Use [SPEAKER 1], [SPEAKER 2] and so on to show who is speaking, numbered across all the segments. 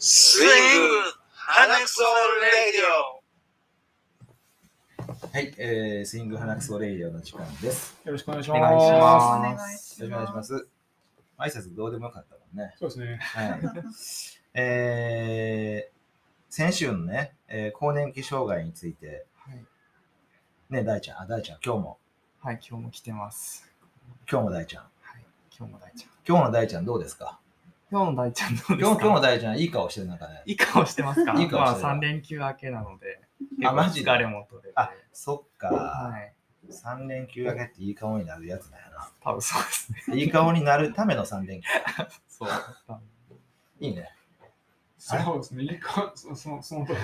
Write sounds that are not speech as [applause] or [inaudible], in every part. [SPEAKER 1] スイング花クソレディオ
[SPEAKER 2] はい、えー、スイング花クソレイディオの時間です。
[SPEAKER 3] よろしくお願いし
[SPEAKER 4] お
[SPEAKER 3] ます。
[SPEAKER 4] 願いします。
[SPEAKER 2] よろしくお願いします。挨拶どうでもよかったもんね。
[SPEAKER 3] そうですね。
[SPEAKER 4] [laughs]
[SPEAKER 2] はい。えー、先週のね、えー更年期障害について、
[SPEAKER 4] はい、
[SPEAKER 2] ね、大ちゃん、あ、大ちゃん、今日も、
[SPEAKER 4] はい、今日も来てます。
[SPEAKER 2] 今日も大ちゃん。
[SPEAKER 4] はい、今日も大ちゃん。
[SPEAKER 2] 今日の大ちゃんどうですか
[SPEAKER 4] 今日の大ちゃんどうです
[SPEAKER 2] 今日今
[SPEAKER 4] か
[SPEAKER 2] 日の大ちゃんいい顔してるなんかね。
[SPEAKER 4] いい顔してますか
[SPEAKER 2] いい顔してる
[SPEAKER 4] まあ、3連休明けなので、
[SPEAKER 2] あマジで
[SPEAKER 4] 結構疲れも取れて。
[SPEAKER 2] あ、そっか。
[SPEAKER 4] はい、
[SPEAKER 2] 3連休明けっていい顔になるやつだよ
[SPEAKER 4] 多分そうですね。
[SPEAKER 2] な。いい顔になるための3連休。
[SPEAKER 4] そう。多分
[SPEAKER 2] いいね。あれ
[SPEAKER 3] そうですね。いいか、そその、その通り。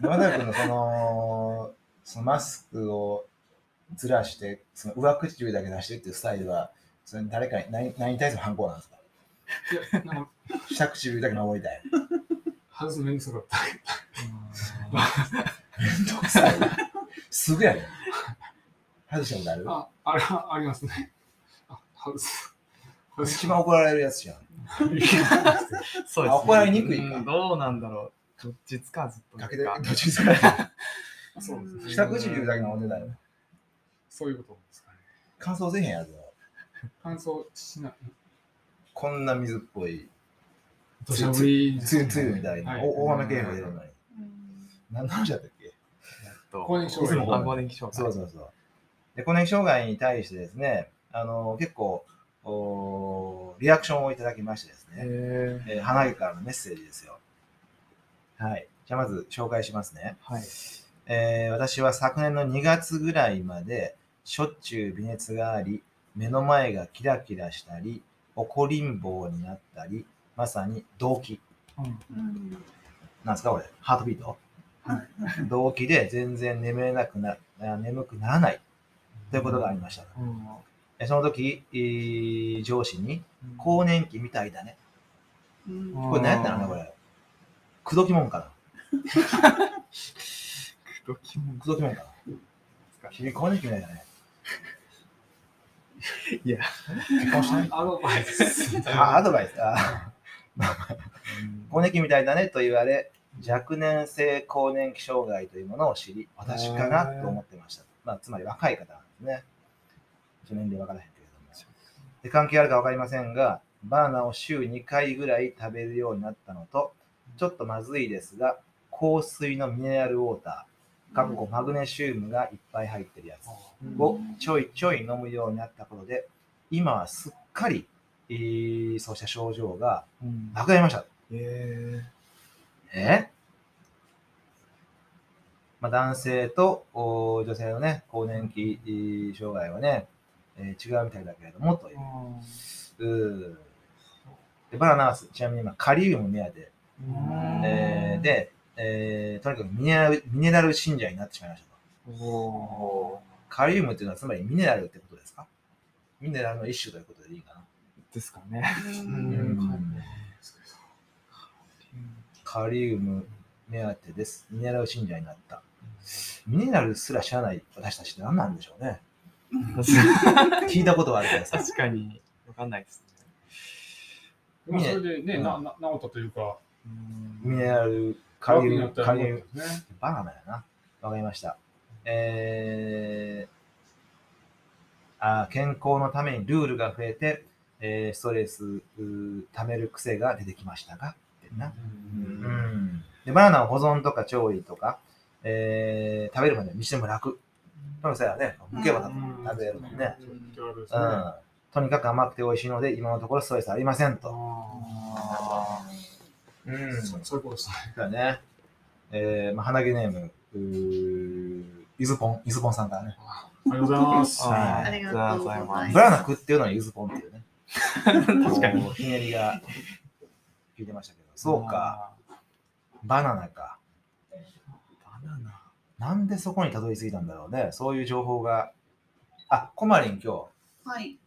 [SPEAKER 2] 山田君のその、そのマスクをずらして、その上唇だけ出してっていうスタイルは、それ誰かに何何に対する反抗なんですか
[SPEAKER 3] いや、なんか、
[SPEAKER 2] 下唇だけ守りたい。
[SPEAKER 3] 外すのめんどくさかった。
[SPEAKER 4] うーん
[SPEAKER 2] めんどくさいな。すぐやね外したことある
[SPEAKER 3] あ、あれはありますね。あ、外す。外す。
[SPEAKER 2] 一番怒られるやつじゃん。
[SPEAKER 4] そうですね。
[SPEAKER 2] あ怒られにくいか
[SPEAKER 4] うんどうなんだろう。どっちつかずという
[SPEAKER 2] か
[SPEAKER 4] か
[SPEAKER 2] けて、途中から。
[SPEAKER 3] そうですね。
[SPEAKER 2] 下唇だけ守ってたよ。
[SPEAKER 3] そういうことですかね。
[SPEAKER 2] 乾燥せえへんやつよ。
[SPEAKER 3] 乾燥しない。
[SPEAKER 2] こんな水っぽい、
[SPEAKER 3] 土砂降り
[SPEAKER 2] つゆつゆみたいな、
[SPEAKER 3] はい
[SPEAKER 2] お大雨警報出るのに。何の話だったっけ
[SPEAKER 3] 更年期障
[SPEAKER 2] 害
[SPEAKER 4] あ更年期障
[SPEAKER 2] そ
[SPEAKER 4] 害
[SPEAKER 2] うそうそう。で、更年期障害に対してですね、あの結構おーリアクションをいただきましてですね、
[SPEAKER 4] へー
[SPEAKER 2] えー花毛からのメッセージですよ。はい。じゃあまず紹介しますね。
[SPEAKER 4] はい。
[SPEAKER 2] えー私は昨年の2月ぐらいまでしょっちゅう微熱があり、目の前がキラキラしたり、怒りんぼうになったり、まさに動悸。なんですかこれハートビート動悸で全然眠れなくな、あ眠くならないということがありました。
[SPEAKER 4] うん
[SPEAKER 2] えその時、えー上司に、更年期みたいだね。これ何やったのね、これ。口説きもんか
[SPEAKER 4] ドキモン
[SPEAKER 2] な。口説きもんかな。君、更年期みたいだね。
[SPEAKER 4] いや。
[SPEAKER 2] [laughs] 結婚したい
[SPEAKER 3] アドバイス。
[SPEAKER 2] あ、アドバイス。あ更年期みたいだねと言われ、若年性更年期障害というものを知り、私かなと思ってました。まあ、つまり若い方なんですね。ちょっと年齢わからへんけれども。で関係あるかわかりませんが、バーナーを週2回ぐらい食べるようになったのと、ちょっとまずいですが、香水のミネラルウォーター、かっこマグネシウムがいっぱい入ってるやつ。をちょいちょい飲むようになったことで、今はすっかり、えーそうした症状が
[SPEAKER 4] うん
[SPEAKER 2] なくなりました。
[SPEAKER 4] え
[SPEAKER 2] えまあ、男性とお女性のね、更年期えー障害はね、えー違うみたいだけれども、とい
[SPEAKER 4] ー
[SPEAKER 2] う。うーでバナナはちなみに今、カリウム目当て、
[SPEAKER 4] うん
[SPEAKER 2] えーで、えーとにかくミネラルミネラル信者になってしまいましたと。
[SPEAKER 4] お
[SPEAKER 2] カリウムっていうのはつまりミネラルってことですかミネラルの一種ということでいいかな。
[SPEAKER 4] ーですか
[SPEAKER 2] [laughs]
[SPEAKER 4] ね。
[SPEAKER 2] うんカリウム目当てです。ミネラル信者になった。ミネラルすら知らない私たちって何なんでしょうね。聞いたことはあるけどさ。
[SPEAKER 4] 確かに分かんないです
[SPEAKER 3] で
[SPEAKER 4] ね。
[SPEAKER 3] もそれでね、
[SPEAKER 2] うん
[SPEAKER 3] な、な、治ったというか、
[SPEAKER 2] ミネラル、カリウ
[SPEAKER 3] な
[SPEAKER 2] ム、
[SPEAKER 3] った
[SPEAKER 2] カ
[SPEAKER 3] ら
[SPEAKER 2] リウ
[SPEAKER 3] よ
[SPEAKER 2] ム
[SPEAKER 3] か、ったですね。
[SPEAKER 2] バナナやな。わかりました。えー、あー健康のためにルールが増えて、えーストレスうー溜める癖が出てきましたが、ってな。うんで、バナナを保存とか調理とか、えー食べるまでにしても楽。そのせいだね、むけば
[SPEAKER 3] うん
[SPEAKER 2] 食べるもんね。
[SPEAKER 3] ちょっとあれです
[SPEAKER 2] う
[SPEAKER 3] ね
[SPEAKER 2] ん。とにかく甘くて美味しいので、今のところストレスありませんと。
[SPEAKER 4] あ
[SPEAKER 2] うん
[SPEAKER 3] そ
[SPEAKER 2] そう
[SPEAKER 3] そういうことですね。
[SPEAKER 2] だね。えー、まあ、鼻毛ネーム、うーゆずぽん、ゆずぽんさんからね。
[SPEAKER 3] ありがとうございます。
[SPEAKER 4] ー
[SPEAKER 2] はい
[SPEAKER 4] ありがとうございま
[SPEAKER 5] はい
[SPEAKER 4] す。
[SPEAKER 2] ブラナ食っていうのにゆずぽんっていうね。
[SPEAKER 4] 確かに。
[SPEAKER 2] こう。ひねりが聞いてましたけど。そうか、。バナナか。
[SPEAKER 4] バナナ。
[SPEAKER 2] なんでそこにたどり着いたんだろうね。そういう情報が。あ、コマリン今日、
[SPEAKER 5] はい、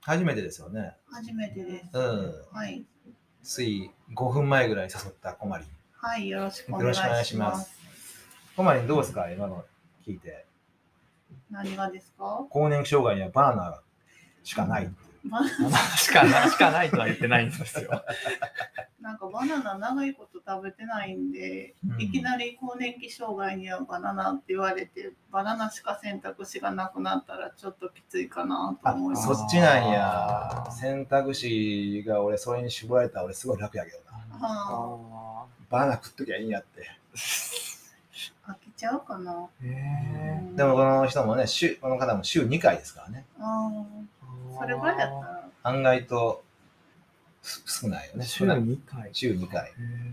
[SPEAKER 2] 初めてですよね。
[SPEAKER 5] 初めてです。
[SPEAKER 2] うん。
[SPEAKER 5] はい、
[SPEAKER 2] つい5分前ぐらいに誘ったコマリン。
[SPEAKER 5] はい、よろしくお
[SPEAKER 2] よ
[SPEAKER 5] 願
[SPEAKER 2] ろ
[SPEAKER 5] い
[SPEAKER 2] しくお願い
[SPEAKER 5] し
[SPEAKER 2] し
[SPEAKER 5] ま
[SPEAKER 2] ますす。。コマリンどうですか今の聞いて。
[SPEAKER 5] 何がですか
[SPEAKER 2] 更年期障害にはバーナーしかない。
[SPEAKER 5] バ
[SPEAKER 4] しかない、しかないとは言ってないんですよ。
[SPEAKER 5] [laughs] なんかバナナ長いこと食べてないんで、
[SPEAKER 2] うん
[SPEAKER 5] いきなり更年期障害にはバナナって言われて、バナナしか選択肢がなくなったらちょっときついかなと
[SPEAKER 2] あ
[SPEAKER 5] 思い、ます。
[SPEAKER 2] そっちなんや。選択肢が俺、それに絞られたら俺すごい楽やけどな。
[SPEAKER 5] は
[SPEAKER 3] あ
[SPEAKER 2] バーナー食っときゃいいんやって。
[SPEAKER 5] あ、飽きちゃうかな。
[SPEAKER 3] ーえ
[SPEAKER 2] でもこの人もね、週この方も週2回ですからね。
[SPEAKER 5] あ
[SPEAKER 3] ー
[SPEAKER 5] あ、それぐらいやったら。
[SPEAKER 2] 案外とす少ないよね。
[SPEAKER 3] 週二回。
[SPEAKER 2] 週2回
[SPEAKER 3] え。ー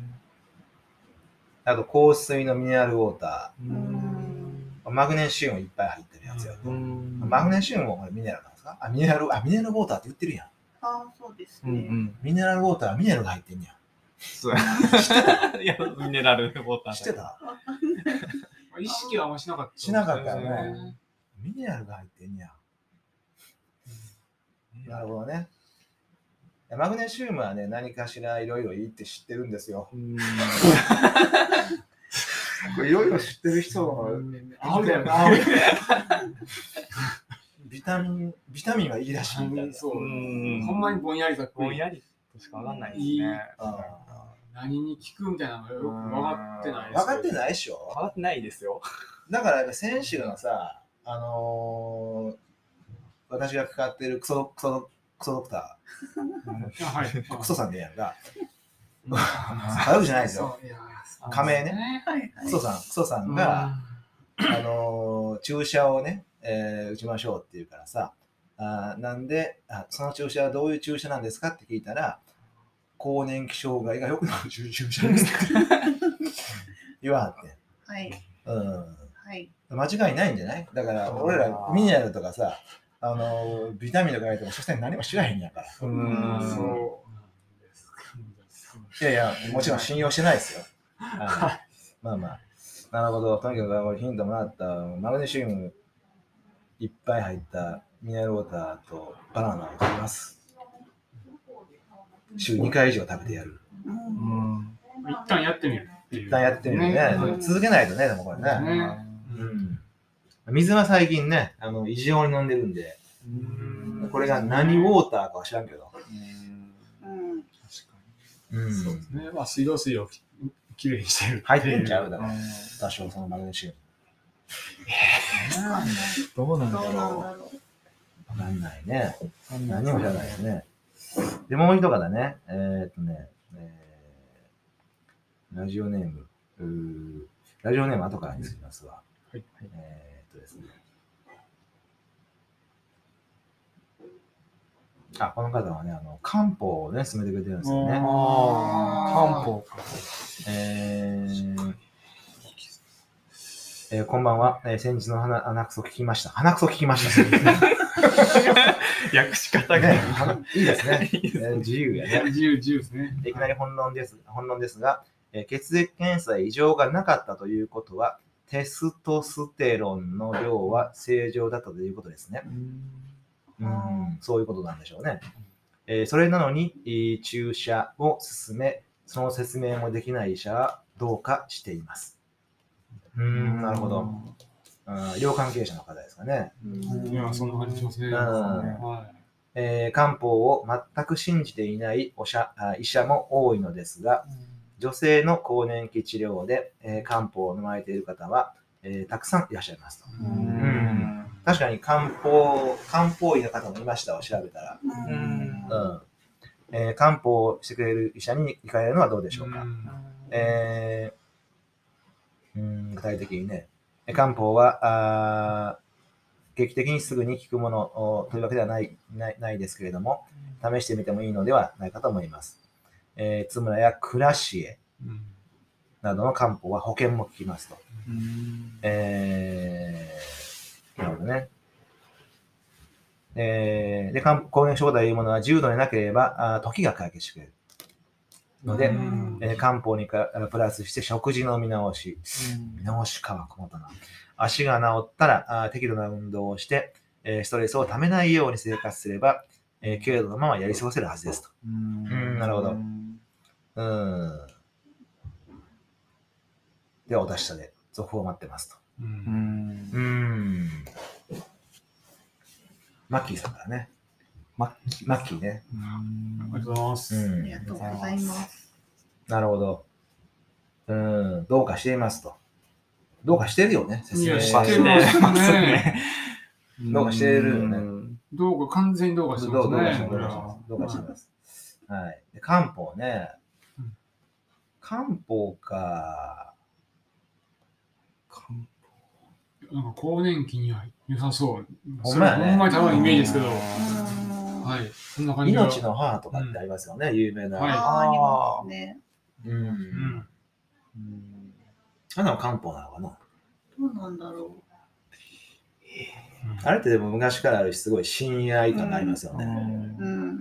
[SPEAKER 2] あと、香水のミネラルウォータ
[SPEAKER 3] うーん
[SPEAKER 2] ー。マグネシウムいっぱい入ってるやつよ。
[SPEAKER 3] うーん
[SPEAKER 2] マグネシウムもこれミネラルなんですかあ、ミネラル、あ、ミネラルウォーターって言ってるやん。
[SPEAKER 5] ああ、そうです
[SPEAKER 4] う
[SPEAKER 5] ね。
[SPEAKER 4] ん
[SPEAKER 2] ミネラルウォーターはミネラルが入ってんね
[SPEAKER 3] そうや
[SPEAKER 4] うん。いや、ミネラルウォータ
[SPEAKER 2] や
[SPEAKER 4] ー。
[SPEAKER 2] ん。知ってた
[SPEAKER 3] 意識はあんましなかった。
[SPEAKER 2] しなかったよ
[SPEAKER 5] う
[SPEAKER 2] ね
[SPEAKER 5] ん
[SPEAKER 2] ミネラルが入ってんねやん。なるほどね。マグネシウムはね、何かしらいろいろいいって知ってるんですよ。
[SPEAKER 3] うーん。
[SPEAKER 2] いろいろ知ってる人
[SPEAKER 3] 青だよね。
[SPEAKER 2] [laughs] ビタミン、ビタミンはいいらしいみたいな。
[SPEAKER 3] そう。
[SPEAKER 4] うん
[SPEAKER 3] ほんまにぼんやりざっく
[SPEAKER 4] ぼん
[SPEAKER 3] り。
[SPEAKER 4] やりとしかわかんないですね。
[SPEAKER 2] あ
[SPEAKER 3] 何に効くみたいなのがよく分かってない
[SPEAKER 2] ー分
[SPEAKER 3] ですけど。
[SPEAKER 2] かってないでしょ
[SPEAKER 4] 変わってないですよ。
[SPEAKER 2] だから、選手のさ、あのー私がかかってるクソ、クソ、クソドクタ
[SPEAKER 3] あはい。
[SPEAKER 2] ー、クソ
[SPEAKER 3] さ
[SPEAKER 2] さんでやんか。
[SPEAKER 3] ん
[SPEAKER 2] 悪くじゃないですよ。。
[SPEAKER 3] そういや
[SPEAKER 2] 仮名ね
[SPEAKER 3] ね。
[SPEAKER 5] はいはい。
[SPEAKER 2] クソさん、クソさんが、あのー注射をね、えー打ちましょうって言うからさ、あーなんであ、その注射はどういう注射なんですかって聞いたら、更年期障害が良くなる注注射ですって言わはって。
[SPEAKER 5] はい。
[SPEAKER 2] うん
[SPEAKER 5] はい。
[SPEAKER 2] 間違いないんじゃないだから俺らミネラルとかさ、あのービタミンとか入れても所詮何も知らへんやから。
[SPEAKER 4] う
[SPEAKER 3] うん
[SPEAKER 5] ん
[SPEAKER 3] そうなんですか。
[SPEAKER 2] いやいや、もちろん信用してないですよ。あのまあまあ。なるほど。とにかくこれヒントもらったマグネシウムいっぱい入ったミネラルウォーターとバナナを食べます。週2回以上食べてやる。
[SPEAKER 5] う
[SPEAKER 4] うんん。
[SPEAKER 3] 一旦やってみるっていう。
[SPEAKER 2] 一旦やってみるね。
[SPEAKER 3] うん
[SPEAKER 2] 続けないとね、でもこれね。
[SPEAKER 3] ね
[SPEAKER 2] うん水は最近ね、あの異常に飲んでるんで、
[SPEAKER 3] うん
[SPEAKER 2] これが何ウォーターかは知らんけど。
[SPEAKER 4] うん
[SPEAKER 5] う
[SPEAKER 3] 確
[SPEAKER 5] ん。
[SPEAKER 3] か
[SPEAKER 2] うん
[SPEAKER 3] に。そうですね。まあ、水道水をききれいにしてる。
[SPEAKER 2] 入ってんちゃうだろ、
[SPEAKER 4] うん
[SPEAKER 2] 多少そのマグネシウ
[SPEAKER 4] どうなん
[SPEAKER 5] ど
[SPEAKER 4] だ
[SPEAKER 5] うなんだ
[SPEAKER 4] ろ
[SPEAKER 5] ろう。
[SPEAKER 2] ム。わかんないね。
[SPEAKER 4] う。
[SPEAKER 2] 何も知らないですね。で、もう一方ね、えーっとね、えーラジオネーム、うーラジオネーム後からにつきますわ。
[SPEAKER 3] はい
[SPEAKER 2] えーっとですね。あ、この方はね、あの、漢方をね、進めてくれてるんですよね。
[SPEAKER 4] ああ、漢方か。
[SPEAKER 2] えーえーこんばんは、えー先日の鼻鼻くそ聞きました。鼻くそ聞きま [laughs] した。
[SPEAKER 4] 訳し方
[SPEAKER 2] ね
[SPEAKER 4] が。
[SPEAKER 2] 鼻いいですね。
[SPEAKER 4] いいです
[SPEAKER 2] えー自由やね。
[SPEAKER 3] 自由、自由ですね。
[SPEAKER 2] いきなり本論です本論ですが、えー血液検査で異常がなかったということは、テストステロンの量は正常だったということですね。うん、そういうことなんでしょうね。えーそれなのに、えー注射を勧め、その説明もできない医者はどうかしています。うーん、なるほど。。うん医療関係者の方ですかね。
[SPEAKER 3] いや、そんな感じしますね。
[SPEAKER 2] うん
[SPEAKER 3] は
[SPEAKER 2] えー漢方を全く信じていないおしゃあ医者も多いのですが、女性の更年期治療で、えー漢方を飲まれている方は、えーたくさんいらっしゃいますと。
[SPEAKER 3] い。
[SPEAKER 2] ん確かに漢方、漢方医の方もいましたわ、調べたら。
[SPEAKER 5] うん
[SPEAKER 4] うん
[SPEAKER 2] うんえー漢方をしてくれる医者に行かれるのはどうでしょうか。えーうーん具体的にね、え漢方はあー劇的にすぐに効くものおというわけではないないないですけれども、試してみてもいいのではないかと思います。えー、津村やクラシエ
[SPEAKER 3] うん
[SPEAKER 2] などの漢方は保険も効きますと。
[SPEAKER 4] うん
[SPEAKER 2] えー、なるほどね。えー、で、漢更年期障害というものは重度でなければ、あー時が解決してくれる。ので、
[SPEAKER 5] うん
[SPEAKER 2] えー漢方にかプラスして食事の見直し、見直しかは困ったな。足が治ったらあー適度な運動をして、えーストレスをためないように生活すれば、えー軽度のままやり過ごせるはずですと。
[SPEAKER 4] うん
[SPEAKER 2] なるほど。うーん。では、お達者で、続報を待ってますと。
[SPEAKER 3] う
[SPEAKER 4] うんん
[SPEAKER 2] うーん。マッキーさんからね。マッキー。マッキーね。
[SPEAKER 3] ありがとうございま
[SPEAKER 2] う
[SPEAKER 3] す。
[SPEAKER 5] あ
[SPEAKER 2] ん
[SPEAKER 5] り。がとうございます。
[SPEAKER 2] なるほど。うん。どうかしていますと。どうかしてるよね。
[SPEAKER 3] いや
[SPEAKER 2] 説
[SPEAKER 3] 知
[SPEAKER 2] 明し
[SPEAKER 3] っ
[SPEAKER 2] て
[SPEAKER 3] る
[SPEAKER 2] て。
[SPEAKER 3] ますね
[SPEAKER 4] うん
[SPEAKER 2] どうかしてるよね
[SPEAKER 4] うん
[SPEAKER 3] どうか、完全にどうかしてま
[SPEAKER 2] ど
[SPEAKER 3] す
[SPEAKER 2] うどうかして
[SPEAKER 3] ね
[SPEAKER 2] る。
[SPEAKER 3] これ
[SPEAKER 2] よ
[SPEAKER 3] は
[SPEAKER 2] どうかしてます。はい。で漢方ね
[SPEAKER 3] うん。
[SPEAKER 2] 漢方か。
[SPEAKER 3] なんか更年期には良さそう。
[SPEAKER 2] ほんまやね
[SPEAKER 3] それほんまにたまにイメージですけど。
[SPEAKER 4] う
[SPEAKER 3] は
[SPEAKER 4] ん
[SPEAKER 5] あ
[SPEAKER 3] い。そんな感じが
[SPEAKER 2] 命の母とかってありますよね。有名な。
[SPEAKER 3] はい
[SPEAKER 5] あー、ありますね。
[SPEAKER 2] う。
[SPEAKER 3] うんん。
[SPEAKER 2] うん。あの漢方なのかな。
[SPEAKER 5] どうなんだろ
[SPEAKER 2] あれってでも昔からあるし、すごい親愛感がありますよ
[SPEAKER 4] う
[SPEAKER 2] ね。
[SPEAKER 4] ん
[SPEAKER 5] う。うん。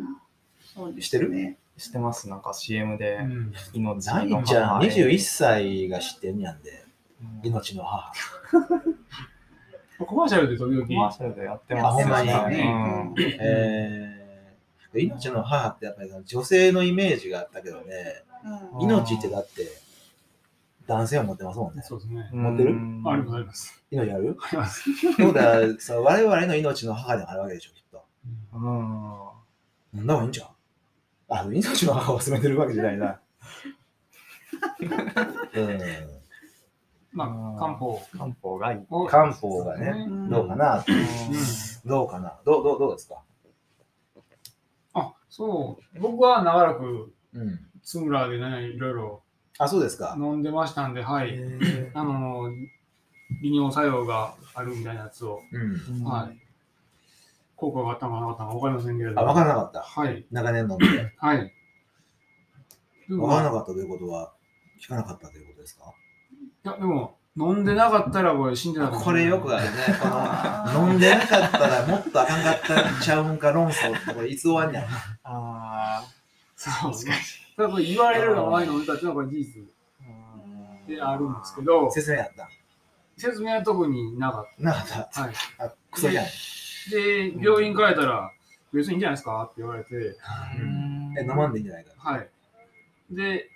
[SPEAKER 5] そうですね。
[SPEAKER 2] してる
[SPEAKER 4] 知ってますなんか CM で
[SPEAKER 3] うん
[SPEAKER 4] 命
[SPEAKER 2] ザイ
[SPEAKER 4] の
[SPEAKER 2] ちゃん、
[SPEAKER 4] 母へ
[SPEAKER 2] 21歳が知ってんやんで、
[SPEAKER 4] うん
[SPEAKER 2] 命の母。
[SPEAKER 3] コマーシャルで時
[SPEAKER 4] コマー
[SPEAKER 3] 々、
[SPEAKER 4] シャルでやって
[SPEAKER 5] や
[SPEAKER 4] ま
[SPEAKER 5] っ
[SPEAKER 4] す
[SPEAKER 5] て
[SPEAKER 4] よ
[SPEAKER 5] ま
[SPEAKER 4] ね。
[SPEAKER 5] したね。うん
[SPEAKER 2] えー、命の母ってやっぱりその女性のイメージがあったけどね、
[SPEAKER 5] うん
[SPEAKER 4] あー
[SPEAKER 2] 命ってだって男性は持ってますもんね。
[SPEAKER 3] そうですね。
[SPEAKER 4] うん
[SPEAKER 2] 持ってる
[SPEAKER 4] うん
[SPEAKER 3] ありがとうございます。
[SPEAKER 2] 命ある
[SPEAKER 3] あります。
[SPEAKER 2] そうだ、そう我々の命の母でもあるわけでしょ、きっと。
[SPEAKER 4] うん
[SPEAKER 2] 飲んだ方がいいんじゃん。あ、命の母を勧めてるわけじゃない
[SPEAKER 3] [laughs]
[SPEAKER 2] な。う
[SPEAKER 3] ま
[SPEAKER 4] うん
[SPEAKER 3] あ、漢方
[SPEAKER 4] 漢方がいい。
[SPEAKER 3] を
[SPEAKER 2] ん、漢方がね、
[SPEAKER 5] うん
[SPEAKER 2] どうかな、
[SPEAKER 3] うん
[SPEAKER 2] どうかな、どうどうどうですか。
[SPEAKER 3] あ、そう。僕は長らく、
[SPEAKER 2] うん、
[SPEAKER 3] ツムラーでね、いろいろ
[SPEAKER 2] あ、そうですか。
[SPEAKER 3] 飲んでましたんで、はい。あの、利尿作用があるみたいなやつを、
[SPEAKER 2] うん
[SPEAKER 3] は効果があったのかなかったのか分かりませんけれど。
[SPEAKER 2] あ、分からなかった。
[SPEAKER 3] はい。
[SPEAKER 2] 長年飲んで。
[SPEAKER 3] はい。で
[SPEAKER 2] 分
[SPEAKER 3] も
[SPEAKER 2] からなかったということは、聞かなかったということですか
[SPEAKER 3] いや、でも、飲んでなかったらこれ死んでたかもし
[SPEAKER 2] こ
[SPEAKER 3] な
[SPEAKER 2] れ
[SPEAKER 3] い
[SPEAKER 2] よくあるね。
[SPEAKER 5] あ
[SPEAKER 2] こ
[SPEAKER 5] ー
[SPEAKER 3] [laughs]
[SPEAKER 2] の、飲んでなかったらもっとあかんかったんちゃうんか論争って、これいつ終わんにゃん。
[SPEAKER 4] あ
[SPEAKER 3] そう。ただこれ言われるが前に飲んでたっていうのはこれ事実であるんですけど、
[SPEAKER 2] 説明あった。
[SPEAKER 3] 説明は特になか
[SPEAKER 2] なかった。
[SPEAKER 3] った。はい。
[SPEAKER 2] あ、クソじゃん。
[SPEAKER 3] で、病院帰ったら、別にいいんじゃないですかって言われて、
[SPEAKER 2] え、飲まんでいいんじゃないか。
[SPEAKER 3] はい。で、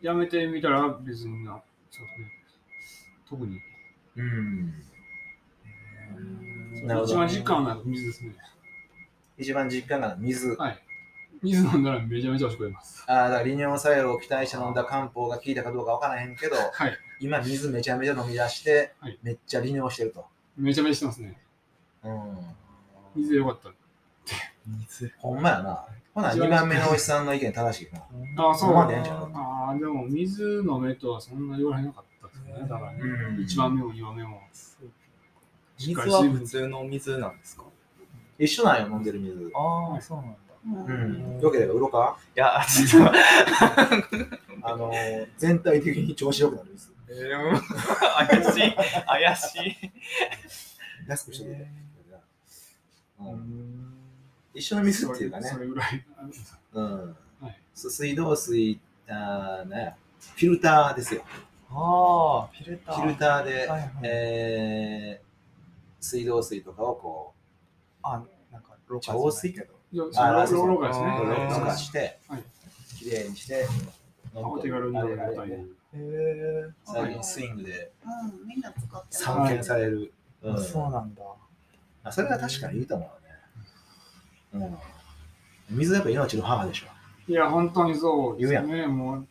[SPEAKER 3] やめてみたら別にな、そうですね。特に。
[SPEAKER 2] うん。なるほど
[SPEAKER 3] 一番実感が水ですね。
[SPEAKER 2] 一番実感が水。
[SPEAKER 3] はい。水飲んだらめちゃめちゃ美味しくなります。
[SPEAKER 2] あーだから利尿作用を期待して飲んだ漢方が効いたかどうかわからへんけど、
[SPEAKER 3] はい。
[SPEAKER 2] 今水めちゃめちゃ飲み出して
[SPEAKER 3] はい、
[SPEAKER 2] めっちゃ利尿してると。
[SPEAKER 3] めちゃめちゃしてますね。
[SPEAKER 2] うん。
[SPEAKER 3] 水よかった。
[SPEAKER 4] 水。
[SPEAKER 2] ほんまやな。ほな、2番目のおじさんの意見正しいな。
[SPEAKER 3] ああ、そう。
[SPEAKER 2] 飲まんでええんちゃう
[SPEAKER 3] ああ、でも水飲めとはそんな言われなかったですね。だからね。1番目も2番目も。
[SPEAKER 4] 水は普通の水なんですか
[SPEAKER 2] 一緒なんよ、飲んでる水。
[SPEAKER 4] ああ、そうなんだ。
[SPEAKER 2] う
[SPEAKER 5] う
[SPEAKER 2] んん。よければ、うろか
[SPEAKER 4] いや、ちょっと、
[SPEAKER 2] あのー、全体的に調子よくなる水。
[SPEAKER 4] えー [laughs] 怪しい、怪しい。
[SPEAKER 2] 安くしとけて。
[SPEAKER 4] う
[SPEAKER 2] うん
[SPEAKER 4] ん
[SPEAKER 2] 一緒の水っていうかね
[SPEAKER 3] そ。れぐらい。
[SPEAKER 2] うん
[SPEAKER 3] はい。
[SPEAKER 2] す水道水、あーね、フィルターですよ。
[SPEAKER 4] ああ、フィル
[SPEAKER 2] フ
[SPEAKER 4] ター。
[SPEAKER 2] ィルターで
[SPEAKER 4] はいはい、
[SPEAKER 2] えー水道水とかをこ
[SPEAKER 4] あ、なんか、
[SPEAKER 2] う、浄水と
[SPEAKER 3] いや、
[SPEAKER 2] あー
[SPEAKER 3] その老化ですね。
[SPEAKER 4] あ
[SPEAKER 3] 老
[SPEAKER 4] ー
[SPEAKER 2] か
[SPEAKER 3] 化
[SPEAKER 2] して
[SPEAKER 3] はい、
[SPEAKER 2] きれいにして、飲
[SPEAKER 3] お手軽に飲めることに
[SPEAKER 4] へえ
[SPEAKER 2] 最近スイングで
[SPEAKER 5] うん、みんな使ってます
[SPEAKER 2] 散見される。
[SPEAKER 4] ー、
[SPEAKER 2] うん
[SPEAKER 4] そうなんだ。
[SPEAKER 2] あそれは確かにいいと思うね。うん、水はやっぱ命の母でしょ。
[SPEAKER 3] いや、本当にそうです
[SPEAKER 2] 言
[SPEAKER 3] ね。もう、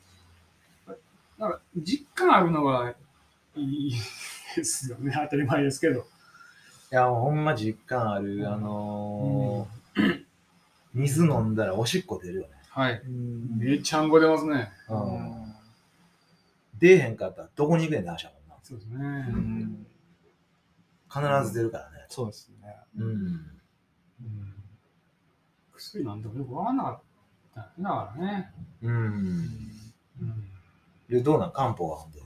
[SPEAKER 3] なんか実感あるのがいいですよね。当たり前ですけ
[SPEAKER 2] い
[SPEAKER 3] ど。
[SPEAKER 2] や、ほんま実感ある。あのー [coughs] 水飲んだらおしっこ出るよね。
[SPEAKER 3] はい。
[SPEAKER 4] うん
[SPEAKER 3] めちゃんこ出ますね。
[SPEAKER 2] うん、出えへんかったらどこに行くねんって話やもん
[SPEAKER 3] そうですね。
[SPEAKER 4] うん
[SPEAKER 2] な。必ず出るからね。
[SPEAKER 4] そうですね。
[SPEAKER 2] うん。
[SPEAKER 3] うん薬なんだかよくわかんなかったんだからね。
[SPEAKER 2] うん。
[SPEAKER 3] うん
[SPEAKER 2] で、どうなん漢方はほんで。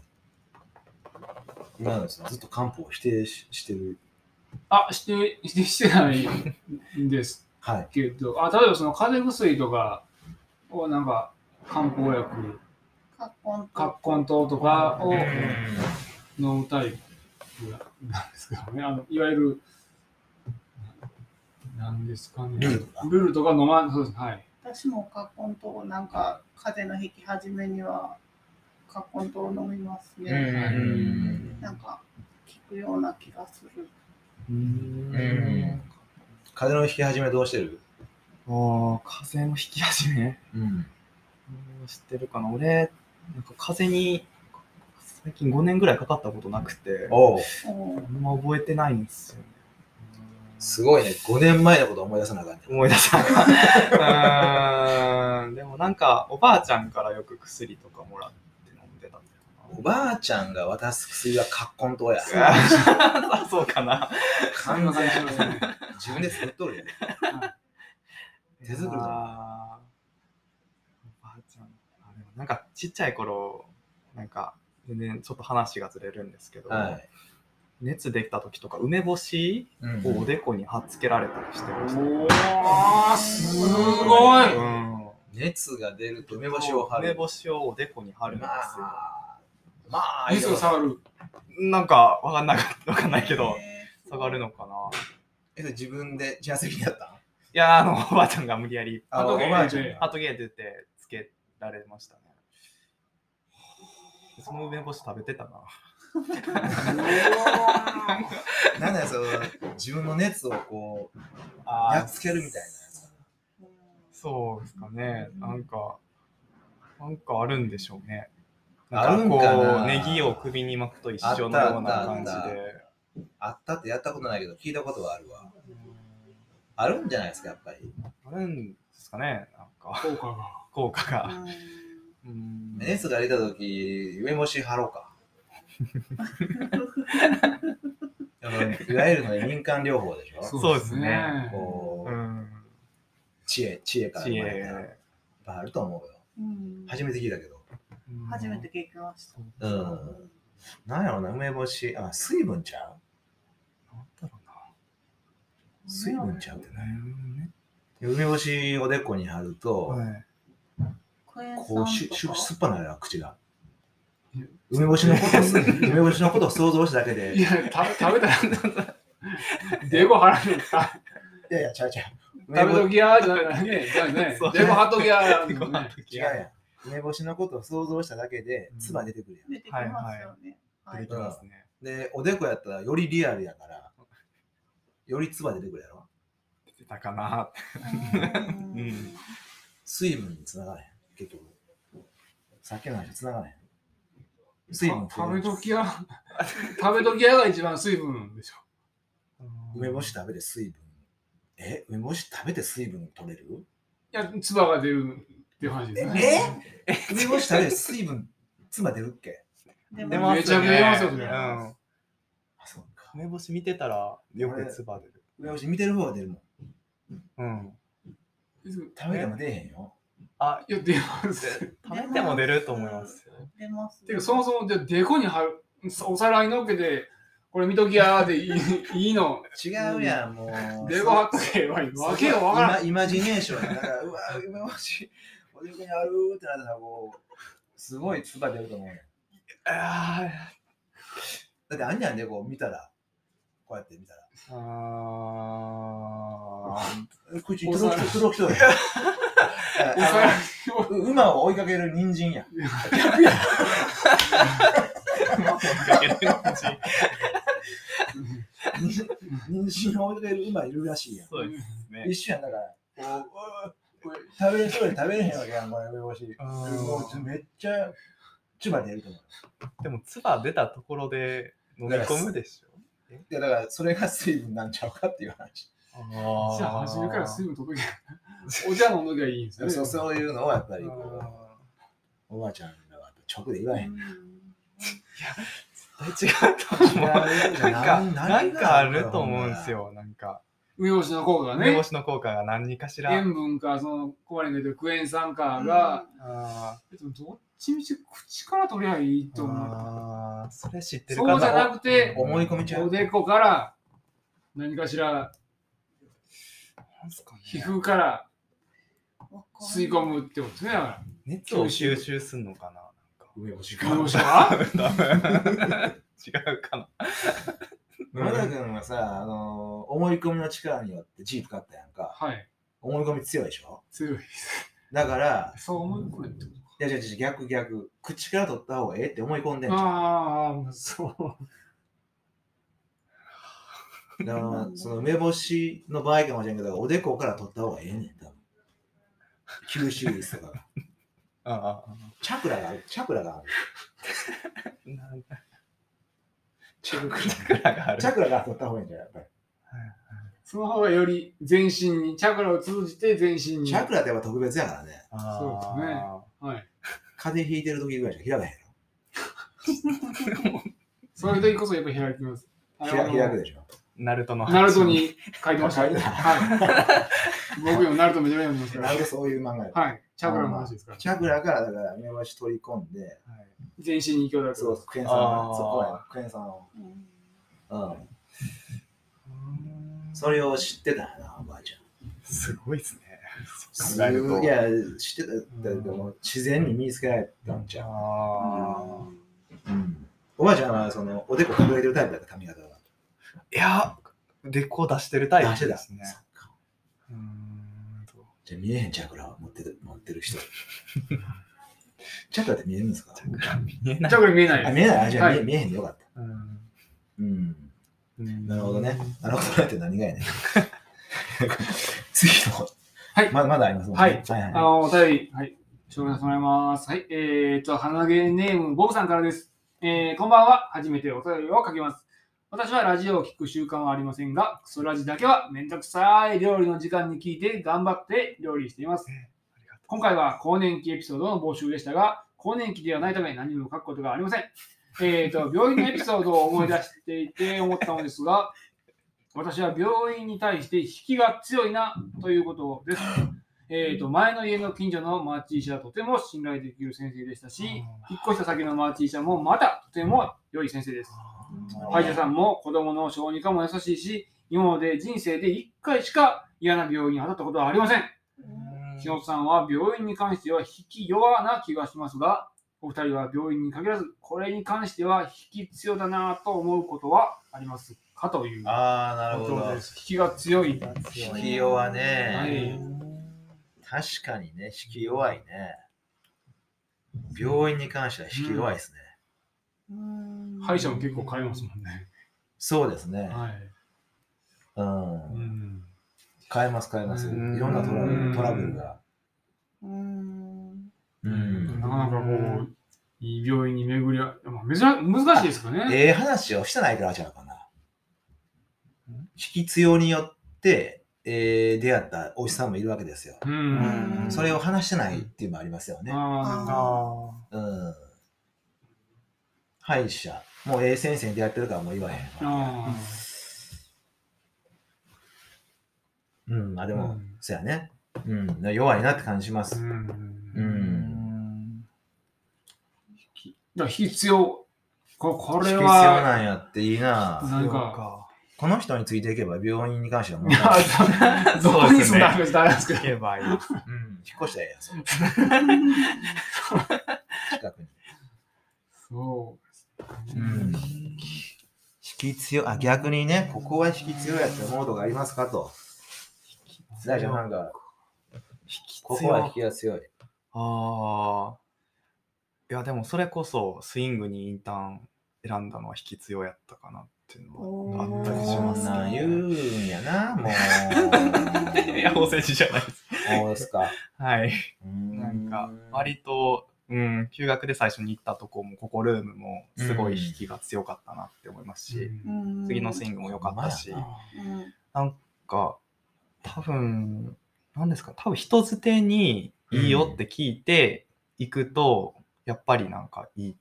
[SPEAKER 2] 今のさ、ずっと漢方を否定ししてる。
[SPEAKER 3] あ、して、してしてないんです
[SPEAKER 2] はい。
[SPEAKER 3] けど、あ、例えばその風邪薬とかをなんか漢方薬、
[SPEAKER 5] カッコンと。
[SPEAKER 3] 葛根湯とかを
[SPEAKER 2] うん
[SPEAKER 3] 飲むタイプなんですけどね、あのいわゆる、なんですかね、
[SPEAKER 2] ルールとか
[SPEAKER 3] ルールとか飲まん、そうですね、はい。
[SPEAKER 5] 私もカッコンと、なんか、風邪の引き始めには、カコン糖飲みます
[SPEAKER 6] うんうん
[SPEAKER 5] ね。
[SPEAKER 6] うん
[SPEAKER 5] なんか効くような気がする。
[SPEAKER 6] うんうん
[SPEAKER 2] 風邪の引き始めどうしてる
[SPEAKER 4] ああ、風邪の引き始め
[SPEAKER 2] うん。
[SPEAKER 4] うん知ってるかな俺、なんか風邪に最近5年ぐらいかかったことなくて、あ
[SPEAKER 2] おう
[SPEAKER 5] おー
[SPEAKER 4] んま覚えてないんですよね。
[SPEAKER 2] すごいね。5年前のこと思い出さなあかんね。
[SPEAKER 4] 思い出した。うーん、でもなんかおばあちゃんからよく薬とかもらって飲んでたん
[SPEAKER 2] おばあちゃんが渡す薬は葛根糖や。
[SPEAKER 4] だよな。あそうかな。
[SPEAKER 3] そんな感じしますね。
[SPEAKER 2] 自分で作っとるよ。手作りだ
[SPEAKER 4] あーおばあちゃん。あでもなんかちっちゃい頃、なんか全然ちょっと話がずれるんですけど、
[SPEAKER 2] はい。
[SPEAKER 4] 熱できた時とか梅干し
[SPEAKER 2] うん
[SPEAKER 4] をおでこに貼っつけられたりしてました。
[SPEAKER 3] おー、すごい。
[SPEAKER 4] うん
[SPEAKER 2] 熱が出ると梅干しを貼
[SPEAKER 4] 梅
[SPEAKER 2] る。
[SPEAKER 4] 干しをおでこに貼るんで
[SPEAKER 2] ます
[SPEAKER 4] よ。
[SPEAKER 2] あ、まあ、
[SPEAKER 3] 熱を触る。
[SPEAKER 4] なんかわかんなかったわかんないけど、
[SPEAKER 5] え
[SPEAKER 4] 下がるのかな。
[SPEAKER 2] えそれ自分で自発的にやったん
[SPEAKER 4] いやー、あの、お [laughs] ばあちゃんが無理やり、
[SPEAKER 2] あ
[SPEAKER 3] 後で
[SPEAKER 2] おばあちゃん
[SPEAKER 4] ハー
[SPEAKER 2] が。
[SPEAKER 4] トゲートってつけられましたね。その梅干し食べてたな。
[SPEAKER 2] なんだよ、その自分の熱をこう、
[SPEAKER 4] あ
[SPEAKER 2] やっつけるみたいなやつ。
[SPEAKER 5] ー
[SPEAKER 4] そうですかね。なんか、なんかあるんでしょうね。
[SPEAKER 2] あるんかな
[SPEAKER 4] こう、ネギを首に巻くと一緒の
[SPEAKER 2] あった
[SPEAKER 4] ような感じ
[SPEAKER 2] あったあっ
[SPEAKER 4] で。
[SPEAKER 2] あったってやったことないけど、聞いたことはあるわ。あるんじゃないですか、やっぱり。
[SPEAKER 4] あるんですかね。なんか、
[SPEAKER 3] 効果が。
[SPEAKER 4] 効果が。
[SPEAKER 5] う
[SPEAKER 4] うん
[SPEAKER 2] 熱が出たとき、梅干し貼ろう
[SPEAKER 4] [laughs]
[SPEAKER 2] か。あのいわゆるのね民間療法でしょ
[SPEAKER 4] そうですね
[SPEAKER 2] こ
[SPEAKER 4] う
[SPEAKER 2] う、
[SPEAKER 4] ん。
[SPEAKER 2] 知恵、知恵から
[SPEAKER 4] 知
[SPEAKER 2] 生まれたいっ
[SPEAKER 4] 恵。
[SPEAKER 2] ぱいあると思うよ。
[SPEAKER 5] んうん
[SPEAKER 2] 初めて聞いたけど。
[SPEAKER 5] 初めて経験ました。
[SPEAKER 2] うん。なんやろな、梅干し。あ、水分ちゃう
[SPEAKER 4] なんだろうな。
[SPEAKER 2] 水分ちゃうってね。
[SPEAKER 4] ね。
[SPEAKER 2] 梅干しおでこに貼ると、
[SPEAKER 4] はい。
[SPEAKER 5] クエン酸と
[SPEAKER 2] こう、シュッ
[SPEAKER 5] か
[SPEAKER 2] シュッすっぱなるよ、口が。梅干しのことをす、 [laughs] 梅干しのことを想像しただけで、
[SPEAKER 3] い
[SPEAKER 2] い
[SPEAKER 3] や、食べ食べたら、デゴ払うのか。
[SPEAKER 2] やいや、ちゃうちゃう。梅
[SPEAKER 3] 食べ
[SPEAKER 2] 干
[SPEAKER 3] ときやーじゃないね。じゃあね。デゴ貼っときやーのね。
[SPEAKER 2] 違うやん。梅干しのことを想像しただけで、唾出てくるやん。
[SPEAKER 5] 出てきますよね。
[SPEAKER 4] 出てきますね。
[SPEAKER 2] で、おでこやったらよりリアルやから、より唾出てくるやろ。
[SPEAKER 4] 出てたかな。
[SPEAKER 5] うん
[SPEAKER 4] うん
[SPEAKER 2] 水分につながらへん、結局。さっきの話つながらへん。水分
[SPEAKER 3] [laughs] 食べときや。食べときやが一番水分でしょ。
[SPEAKER 2] 梅干し食べて水分。え梅干し食べて水分取れる
[SPEAKER 3] いや、唾が出るっていう話ですね。
[SPEAKER 2] え梅干し食べて水分、唾出るっけ
[SPEAKER 5] で
[SPEAKER 4] 出
[SPEAKER 5] も
[SPEAKER 4] ますね
[SPEAKER 3] めちゃくちゃ出ますよね
[SPEAKER 4] うん
[SPEAKER 2] あ、そうか。
[SPEAKER 4] 梅干し見てたらよく唾出る。
[SPEAKER 2] 梅干し見てる方が出るもん。
[SPEAKER 4] うん。
[SPEAKER 2] 食べても出えへんよ。
[SPEAKER 4] あ、
[SPEAKER 3] いや、出ます。
[SPEAKER 4] 食べても出ると思いますよ。
[SPEAKER 5] 出ます。
[SPEAKER 3] てか、そもそも、じゃあデコに貼る、お皿にのっけて、これ見ときやーでいいいいの。
[SPEAKER 2] 違うやん、もう。
[SPEAKER 3] [laughs] デコ貼っとけばいい。わけがわか
[SPEAKER 2] イ
[SPEAKER 3] らん。
[SPEAKER 2] マイマジネーションや。だから、うわ、梅干し、おでこにあるーってなったら、こう、すごい唾出ると思うねん。
[SPEAKER 4] あ
[SPEAKER 2] だってあんじゃんね、こう見たら、こうやって見たら。
[SPEAKER 4] ーあ
[SPEAKER 2] え口、
[SPEAKER 3] お
[SPEAKER 2] とろ
[SPEAKER 3] 皿
[SPEAKER 2] きとろきと
[SPEAKER 3] [laughs]
[SPEAKER 2] る。
[SPEAKER 3] お皿
[SPEAKER 2] あ
[SPEAKER 3] に
[SPEAKER 2] のう馬を追いかける人参や。
[SPEAKER 4] ー。
[SPEAKER 2] に人参を追いかける馬いるらしいやん。
[SPEAKER 4] [laughs] そうですね
[SPEAKER 2] 一。緒やん、だから、こう、うわ食べれそうで食べれへんわけやん、これ、梅干し。もうめっちゃ、唾出ると思う。
[SPEAKER 4] でも唾出たところで飲み込むでしょ。
[SPEAKER 2] いや、だから、それが水分なんちゃうかっていう話。
[SPEAKER 4] あ
[SPEAKER 3] じゃあ、初めから水分届け。お茶飲んどきゃいいんですよね。
[SPEAKER 2] そうそういうのをやっぱりこう
[SPEAKER 3] あ
[SPEAKER 2] おばあちゃんらは直で言わへん。
[SPEAKER 5] うん
[SPEAKER 4] 絶対違うと思う。なんか、なんかあると思うんです。よ。なんか、
[SPEAKER 3] ー梅干しの効果が
[SPEAKER 4] 梅
[SPEAKER 3] ね
[SPEAKER 4] 干。しの効果が何かしら。
[SPEAKER 3] 塩分か、その、壊れに出てるクエン酸かが、
[SPEAKER 4] あ
[SPEAKER 3] でもどっちみち口から取りゃいい
[SPEAKER 4] ー
[SPEAKER 3] と思う。
[SPEAKER 4] あー、それ知ってるか
[SPEAKER 3] そうじゃなくて、
[SPEAKER 2] 思い込みちゃ
[SPEAKER 3] お
[SPEAKER 2] う。
[SPEAKER 3] でこから、何かしら、
[SPEAKER 4] なんすかね
[SPEAKER 3] 皮膚から
[SPEAKER 5] わかんない
[SPEAKER 3] 吸い込むってことですね。だか
[SPEAKER 4] 熱を吸収すんのかな
[SPEAKER 2] 梅干し
[SPEAKER 3] ら梅干し
[SPEAKER 2] か。
[SPEAKER 3] は
[SPEAKER 4] なんか違うか
[SPEAKER 2] 野田君はさ、あのー思い込みの力によってジープ買ったやんか。
[SPEAKER 3] はい。
[SPEAKER 2] 思い込み強いでしょ
[SPEAKER 3] 強いです。
[SPEAKER 2] だから、
[SPEAKER 3] そう思い込むってこと
[SPEAKER 2] いやじゃじゃ逆逆。口から取った方がええって思い込んでんじゃん。
[SPEAKER 3] ああ、そう。
[SPEAKER 2] だから、その梅干しの場合かもしれんけど、おでこから取った方がええねん、多分。吸収率とか。
[SPEAKER 4] あああ
[SPEAKER 2] [laughs] チャクラがある、チャクラがある。
[SPEAKER 4] あ、なんだ
[SPEAKER 2] チャク
[SPEAKER 4] くらがあ
[SPEAKER 2] ラ
[SPEAKER 4] る。
[SPEAKER 2] チャクラから取った方がいいんじゃないやっぱり。
[SPEAKER 3] その方がより全身に、チャクラを通じて全身に。
[SPEAKER 2] チャクラってやっぱ特別やからね。
[SPEAKER 4] ああ
[SPEAKER 3] そうですねはい。
[SPEAKER 2] 風邪ひいてる時ぐらいしか開かへんや
[SPEAKER 3] そういう時こそやっぱ開きます。あ
[SPEAKER 2] ろ。開
[SPEAKER 3] の
[SPEAKER 2] 開くでしょ。
[SPEAKER 4] ナルトの話。
[SPEAKER 3] ナルトに書いてまし
[SPEAKER 2] [laughs]
[SPEAKER 3] た。
[SPEAKER 2] 書いてた
[SPEAKER 3] はい。僕もナルトめちゃめちゃ読んでますか
[SPEAKER 2] なん
[SPEAKER 3] ら。
[SPEAKER 2] でそういう漫画やろ
[SPEAKER 3] はい。チャクラの話ですから。
[SPEAKER 2] チャクラからだから梅干し取り込んで、
[SPEAKER 4] はい。
[SPEAKER 3] 全身に行き渡る。
[SPEAKER 2] そう、クエン酸
[SPEAKER 4] あ
[SPEAKER 2] を、
[SPEAKER 4] ー
[SPEAKER 2] そこや、クエン酸を。
[SPEAKER 5] うん
[SPEAKER 2] うん。
[SPEAKER 4] うーん
[SPEAKER 2] それを知ってたよな、おばあちゃん。
[SPEAKER 4] すごいですね。
[SPEAKER 2] す
[SPEAKER 4] 考えると
[SPEAKER 2] いや、知ってたけど、もう自然に身につけられたんちゃう。
[SPEAKER 4] あ
[SPEAKER 2] うんおばあちゃんはそのおでこ隠れてるタイプだった髪型が。
[SPEAKER 4] いや、でこ出してるタイプ
[SPEAKER 2] 出
[SPEAKER 4] で
[SPEAKER 2] し
[SPEAKER 4] す
[SPEAKER 2] て
[SPEAKER 4] ね
[SPEAKER 2] た。そっか
[SPEAKER 4] うーんと
[SPEAKER 2] じゃあ見えへんチャクラを持ってる持ってる [laughs] 人。チャクラって見えるんですか
[SPEAKER 4] 見えない
[SPEAKER 3] チャクラ見えない
[SPEAKER 2] あ
[SPEAKER 3] です。
[SPEAKER 2] 見えないあじゃあ見え,、
[SPEAKER 3] はい
[SPEAKER 2] 見えへんでよかった。
[SPEAKER 4] うん
[SPEAKER 2] うん。
[SPEAKER 4] うん
[SPEAKER 2] なるほどね。なるほどねって何が [laughs] やねん。次の。
[SPEAKER 3] はい
[SPEAKER 2] ままだありますもんね。
[SPEAKER 3] はい
[SPEAKER 2] はい
[SPEAKER 3] あ
[SPEAKER 2] はい
[SPEAKER 3] の、お便り、はい。紹介してもらいます。はい。えー、っと、鼻毛ネーム、ボブさんからです。えー、こんばんは。初めてお便りを書きます。私はラジオを聞く習慣はありませんが、クソラジだけはめんどくさい料理の時間に聞いて頑張って料理しています。
[SPEAKER 4] ありがとう
[SPEAKER 3] 今回は更年期エピソードの募集でしたが、更年期ではないため何も書くことがありません。えっ、と、病院のエピソードを思い出していて思ったのですが、私は病院に対して引きが強いなということです。えっ、と、前の家の近所のマーチ医者はとても信頼できる先生でしたし、引っ越した先のマーチ医者もまたとても良い先生です。歯医者さんも子供の小児科も優しいし、今まで人生で1回しか嫌な病院に当たったことはありません。木本さんは病院に関しては引き弱な気がしますが、お二人は病院に限らず、これに関しては引き強だなと思うことはありますかというこ
[SPEAKER 2] あー、な
[SPEAKER 3] とです。引きが強い。
[SPEAKER 2] 引き弱
[SPEAKER 3] はい
[SPEAKER 2] ね。確かにね、引き弱いね。病院に関しては引き弱いですね。
[SPEAKER 5] うん
[SPEAKER 3] 歯医者も結構変えますもんね。
[SPEAKER 2] そうですね。
[SPEAKER 3] はい。
[SPEAKER 2] うん
[SPEAKER 3] うん
[SPEAKER 2] 変えます変えます。いろ
[SPEAKER 4] うん
[SPEAKER 2] んなトラブ
[SPEAKER 3] う
[SPEAKER 2] ル
[SPEAKER 3] ん
[SPEAKER 2] トラブルが。
[SPEAKER 5] うん
[SPEAKER 2] うん
[SPEAKER 3] なかなかこう、いい病院に巡り合う、まあ、珍難しいですかね。
[SPEAKER 2] ええ話をしてないからちゃうかな。引き強によって、えー出会ったおじさんもいるわけですよ。
[SPEAKER 3] う。
[SPEAKER 4] うんん
[SPEAKER 2] それを話してないっていうのもありますよね。
[SPEAKER 3] あ
[SPEAKER 5] あ
[SPEAKER 4] あ
[SPEAKER 2] うん。歯医者。もうええ先生に出会ってるからもう言わへん
[SPEAKER 3] ー
[SPEAKER 2] わ。
[SPEAKER 3] あ
[SPEAKER 2] うん、あ、でも、
[SPEAKER 3] うん
[SPEAKER 2] そうやね。うん、弱いなって感じま
[SPEAKER 3] ー。
[SPEAKER 2] す。
[SPEAKER 3] ん
[SPEAKER 2] う
[SPEAKER 4] ー。
[SPEAKER 2] ん。
[SPEAKER 3] だから必要。ここ
[SPEAKER 2] 引き
[SPEAKER 3] れ
[SPEAKER 2] 強
[SPEAKER 3] は、
[SPEAKER 2] なんやっていいな。
[SPEAKER 3] なん
[SPEAKER 4] そう
[SPEAKER 3] か、
[SPEAKER 4] か。
[SPEAKER 2] この人についていけば病院に関しては問
[SPEAKER 3] いや
[SPEAKER 2] 題ない。、
[SPEAKER 3] [laughs] どこに住んだ話誰ですけ
[SPEAKER 4] 聞
[SPEAKER 3] ど。
[SPEAKER 4] けばいい。
[SPEAKER 2] うん、引っ越したらええやん、その [laughs] 近くに。
[SPEAKER 3] そ
[SPEAKER 2] うん引き強いあ逆にね、ここは引き強いやって思うことがありますかと。大丈夫なんか、ここは引きが強い。
[SPEAKER 4] ああ。いや、でもそれこそスイングにインターン選んだのは引き強やったかなっていうのはあったりし
[SPEAKER 2] そ
[SPEAKER 4] ま
[SPEAKER 2] ん
[SPEAKER 4] す
[SPEAKER 2] なん言
[SPEAKER 4] ね。
[SPEAKER 2] うんやな、 [laughs] もう。
[SPEAKER 4] いや、お世辞じゃないです。
[SPEAKER 2] そうですか。
[SPEAKER 4] はい。
[SPEAKER 2] うーん
[SPEAKER 4] なんか、割と、うん、休学で最初に行ったとこも、ここルームも、すごい引きが強かったなって思います
[SPEAKER 3] う。
[SPEAKER 4] し、
[SPEAKER 5] うん
[SPEAKER 4] 次のスイングも良かったし、
[SPEAKER 2] う
[SPEAKER 4] なんん
[SPEAKER 5] うん
[SPEAKER 4] か、多分、何ですか、多分人づてにいいよって聞いて行くと、やっぱりなんかいい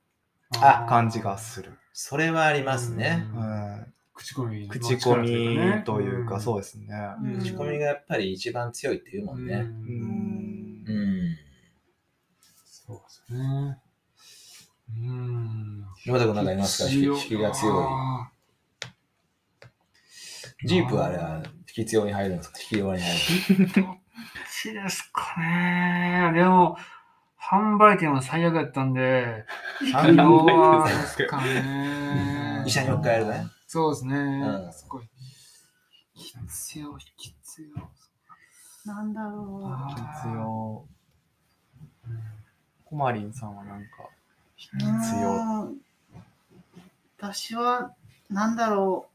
[SPEAKER 2] あ
[SPEAKER 4] 感じがする。
[SPEAKER 2] それはありますね。
[SPEAKER 3] うん
[SPEAKER 4] うん
[SPEAKER 3] 口コミ。
[SPEAKER 4] 口コミというか、
[SPEAKER 3] う
[SPEAKER 4] そうですね。
[SPEAKER 5] うん
[SPEAKER 2] 口コミがやっぱり一番強いって言うもんね。
[SPEAKER 4] う
[SPEAKER 3] ね。
[SPEAKER 4] ん
[SPEAKER 2] う。ん。
[SPEAKER 3] そうですね。うん。
[SPEAKER 2] まだこなんかいますか引き引きが強
[SPEAKER 3] あ
[SPEAKER 2] い。ジープはあれは引き強に入るんですか引き弱に入るんですか
[SPEAKER 3] ー。どっちですかね。でも、販売店は最悪だったんで、
[SPEAKER 2] 販売店
[SPEAKER 3] はですかね。
[SPEAKER 2] 医者にもう一回やるね。
[SPEAKER 3] そうですね。
[SPEAKER 2] ん
[SPEAKER 3] すごい。必要、必要。
[SPEAKER 5] なんだろ
[SPEAKER 4] 必要。コマリンさんはなんか、
[SPEAKER 5] う
[SPEAKER 4] 引き強
[SPEAKER 5] ーん私は、なんだろ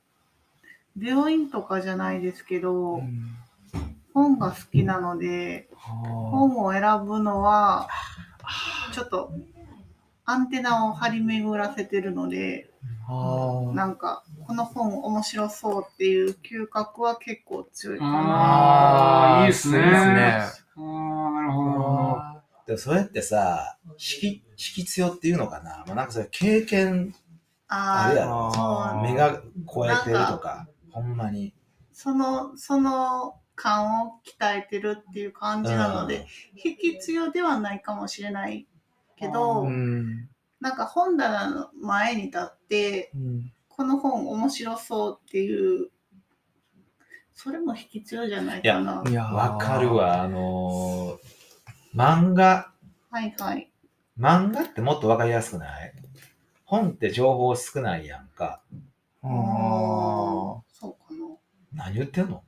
[SPEAKER 5] う、病院とかじゃないですけど、
[SPEAKER 4] い。うん
[SPEAKER 5] 本が好きなので、
[SPEAKER 4] あ
[SPEAKER 5] 本を選ぶのは、ちょっとアンテナを張り巡らせてるので、
[SPEAKER 4] ーあー。
[SPEAKER 5] なんか、この本面白そうっていう嗅覚は結構強いかな。
[SPEAKER 3] あーいいですね。
[SPEAKER 4] そうです
[SPEAKER 3] あ
[SPEAKER 4] ね。
[SPEAKER 3] ーなるほどなるほど。
[SPEAKER 4] あ
[SPEAKER 2] でもそれってさ、引き、引き強っていうのかなまあなんかそれ経験、あ
[SPEAKER 5] あ
[SPEAKER 2] れ
[SPEAKER 5] ー
[SPEAKER 2] やろ。
[SPEAKER 5] そう
[SPEAKER 2] 目が超えてるとか、ほんまに。
[SPEAKER 5] その、その感を鍛えてるっていう感じなので、引き強ではないかもしれないけ
[SPEAKER 4] ー
[SPEAKER 5] ど
[SPEAKER 4] う、ん。
[SPEAKER 5] なんか本棚の前に立って、
[SPEAKER 4] うん
[SPEAKER 5] この本面白そうっていう、それも引き強じゃないかな。
[SPEAKER 4] いやー
[SPEAKER 2] わかる。わ、あのー漫画、
[SPEAKER 5] はいはい。
[SPEAKER 2] 漫画ってもっとわかりやすくない本って情報少ないやんか。
[SPEAKER 4] あー
[SPEAKER 5] ああ、そうかな。
[SPEAKER 2] 何言ってんの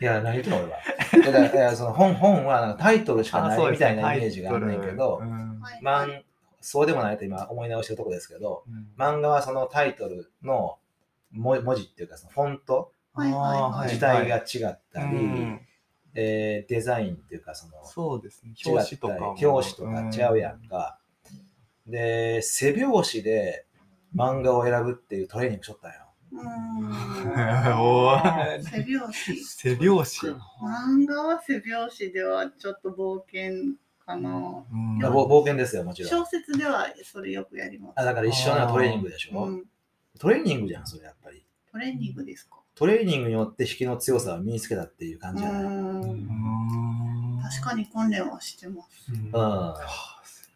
[SPEAKER 2] いや、何言ってんの俺は。だからいやその本本はなんかタイトルしかないみたいなイメージがあるんだけど、
[SPEAKER 5] はい
[SPEAKER 2] ま
[SPEAKER 5] は
[SPEAKER 2] あ
[SPEAKER 5] い、
[SPEAKER 2] そうでもないと今思い直してるとこですけど、漫画はそのタイトルのも文字っていうかそのフォント
[SPEAKER 5] はいはいはい
[SPEAKER 2] 自体が違ったり、
[SPEAKER 4] うん
[SPEAKER 2] えーデザインっていうかその
[SPEAKER 4] そうですね。
[SPEAKER 2] 違った
[SPEAKER 4] 表
[SPEAKER 2] り
[SPEAKER 4] 紙とかも。
[SPEAKER 2] 表紙とか違うやんか。で、背表紙で漫画を選ぶっていうトレーニングしとったんよ。
[SPEAKER 5] う
[SPEAKER 4] [laughs] うん。
[SPEAKER 5] ーん。
[SPEAKER 4] お
[SPEAKER 3] ー
[SPEAKER 4] ー
[SPEAKER 5] 背拍子。
[SPEAKER 4] 背表紙。
[SPEAKER 5] 漫画は背拍子ではちょっと冒険かな。
[SPEAKER 4] うん
[SPEAKER 2] だからぼ冒険ですよ、もちろん。
[SPEAKER 5] 小説ではそれよくやります
[SPEAKER 2] あ。だから一緒なトレーニングでしょ、
[SPEAKER 5] うん、
[SPEAKER 2] トレーニングじゃん、それやっぱり。
[SPEAKER 5] トレーニングですか。
[SPEAKER 2] トレーニングによって引きの強さを身につけたっていう感
[SPEAKER 5] う
[SPEAKER 2] じじゃない、うん、だ
[SPEAKER 5] ーん。確かに訓練はしてます。
[SPEAKER 2] か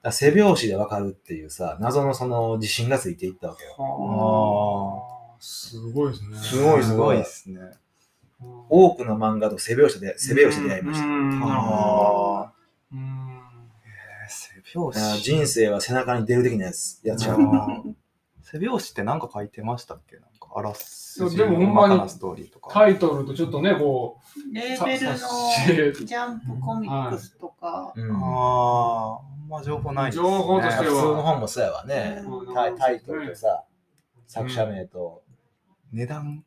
[SPEAKER 2] ら背拍子でわかるっていうさ、謎のその自信がついていったわけよ。
[SPEAKER 3] はあ、すごいですね。
[SPEAKER 2] すごいすごい
[SPEAKER 4] ですね。
[SPEAKER 2] 多くの漫画と背拍子で、背拍子で出会いました。
[SPEAKER 3] うんなるほ
[SPEAKER 4] あ
[SPEAKER 3] ど
[SPEAKER 4] あ。
[SPEAKER 3] うん
[SPEAKER 4] 背表
[SPEAKER 2] あー
[SPEAKER 4] 紙。
[SPEAKER 2] 人生は背中に出る的なやつ。やつちゃう
[SPEAKER 4] あー背表紙って何か書いてましたっけなんかあらすじ
[SPEAKER 3] でもほんまに
[SPEAKER 4] 細かなストーリーとか。
[SPEAKER 3] タイトルとちょっとね、こ
[SPEAKER 5] レーベルの
[SPEAKER 3] さ
[SPEAKER 5] ジャンプコミックスとか。
[SPEAKER 2] うん
[SPEAKER 4] ああ、あんま情報ないですね。
[SPEAKER 3] 情報として
[SPEAKER 2] 普
[SPEAKER 3] は
[SPEAKER 2] 通の本もそうやわね。
[SPEAKER 5] うん
[SPEAKER 2] タイタイトルとさ、作者名と。
[SPEAKER 4] 値段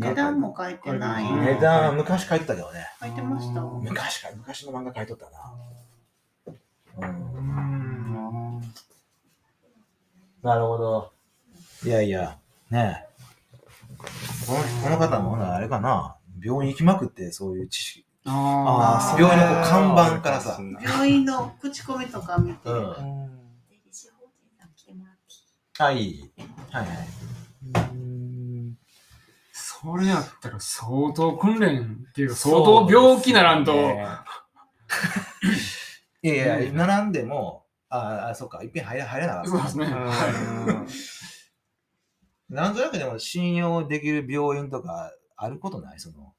[SPEAKER 5] 値段も書いてな
[SPEAKER 3] うん
[SPEAKER 5] い。
[SPEAKER 2] 値段は昔書いてたけどね。
[SPEAKER 5] 書いてました。
[SPEAKER 4] うん
[SPEAKER 2] 昔か、昔の漫画書いとったな。う
[SPEAKER 3] う。
[SPEAKER 2] ん
[SPEAKER 3] うん
[SPEAKER 2] なるほど。いやいや、ねえ。このこの方もほらあれかな。病院行きまくって、そういう知識。
[SPEAKER 3] あ
[SPEAKER 5] ー
[SPEAKER 3] あ、
[SPEAKER 5] 病
[SPEAKER 2] 院のこう看板からさ
[SPEAKER 5] 病院の口コミとか見て。
[SPEAKER 2] うん
[SPEAKER 4] う
[SPEAKER 2] はい。はいはい。
[SPEAKER 4] ん。
[SPEAKER 3] それやったら相当訓練っていうか、相当病気ならんと。
[SPEAKER 2] いやいや、
[SPEAKER 3] うん
[SPEAKER 2] 並んでも、ああ、そっか、いっぺん入ら入らなかった。
[SPEAKER 3] そうですね。は
[SPEAKER 2] なんとなくでも信用できる病院とかあることないその、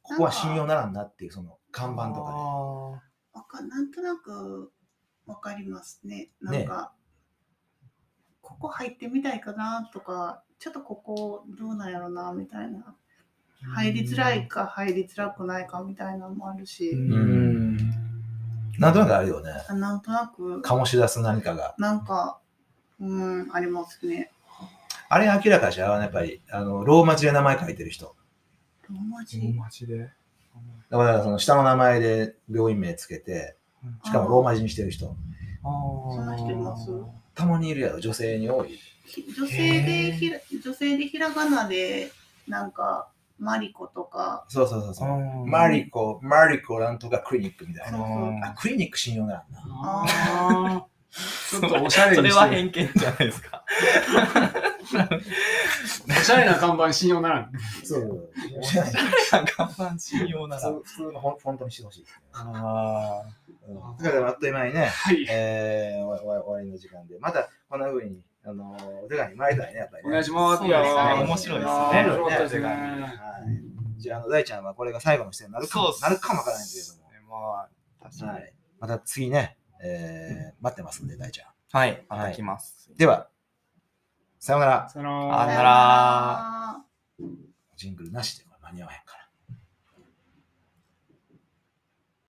[SPEAKER 2] ここは信用ならんなっていう、その看板とか
[SPEAKER 4] か
[SPEAKER 5] わかなんとなくわかりますね。な
[SPEAKER 2] ね
[SPEAKER 5] んか、ここ入ってみたいかなとか、ちょっとここどうなんやろなみたいな。入りづらいか入りづらくないかみたいなのもあるし、
[SPEAKER 4] う
[SPEAKER 2] うん
[SPEAKER 4] ん。
[SPEAKER 2] で。なんとなくあるよね。
[SPEAKER 5] あなんとなく、
[SPEAKER 2] 醸し出す何かが。
[SPEAKER 5] なんか、うん、ありますね。
[SPEAKER 2] あれ明らかじゃん、やっぱり、あの、ローマ字で名前書いてる人。
[SPEAKER 5] ローマ字
[SPEAKER 4] マジで。
[SPEAKER 2] だから、その下の名前で病院名つけて、しかもローマ字にしてる人。
[SPEAKER 4] あー
[SPEAKER 5] そんな人います
[SPEAKER 2] たまにいるやろ、女性に多い。
[SPEAKER 5] ひ女性でひら、女性でひらがなで、なんか、マリコとか、
[SPEAKER 2] そうそうそう
[SPEAKER 4] あ
[SPEAKER 2] そう。
[SPEAKER 4] ー
[SPEAKER 2] マリコ、マリコなんとかクリニックみたいな。
[SPEAKER 5] そう
[SPEAKER 2] あ、クリニック信用ならんな。
[SPEAKER 3] あ [laughs] ーちょっとおしゃれ
[SPEAKER 4] そ
[SPEAKER 3] に
[SPEAKER 4] れ
[SPEAKER 3] し
[SPEAKER 4] は
[SPEAKER 3] てる、
[SPEAKER 4] 偏見じゃないですか。 [laughs]
[SPEAKER 3] おしゃれな看板信用ならん。
[SPEAKER 2] [laughs] そう。
[SPEAKER 4] 看板信用なら。
[SPEAKER 2] 普通のフォンフォントにしてほしい。
[SPEAKER 4] あ
[SPEAKER 2] うんだからあっという間にね、
[SPEAKER 3] はい。
[SPEAKER 2] えー、おわわ終わりの時間で、またこんな風に、あのー、お手紙参りたいね、やっぱり、ね。
[SPEAKER 3] お願いします。
[SPEAKER 4] そう
[SPEAKER 5] ですね
[SPEAKER 3] いやー
[SPEAKER 5] 面白いですね
[SPEAKER 3] 面白かったです
[SPEAKER 2] ね
[SPEAKER 3] ね。
[SPEAKER 2] はい。じゃあ、あの、大ちゃんはこれが最後の出演になる
[SPEAKER 4] ー
[SPEAKER 2] かも、なるかもわからないけれども。。
[SPEAKER 4] まあ、確か
[SPEAKER 2] は
[SPEAKER 4] に。
[SPEAKER 2] い。また次ね、えー、待ってますんで、大ちゃん。
[SPEAKER 4] はい、また来ます。
[SPEAKER 2] では、さようなら。
[SPEAKER 3] その
[SPEAKER 4] あ
[SPEAKER 5] さ
[SPEAKER 4] な
[SPEAKER 5] よな
[SPEAKER 4] ら
[SPEAKER 5] ら
[SPEAKER 2] ジングルなしで間に合わへんから。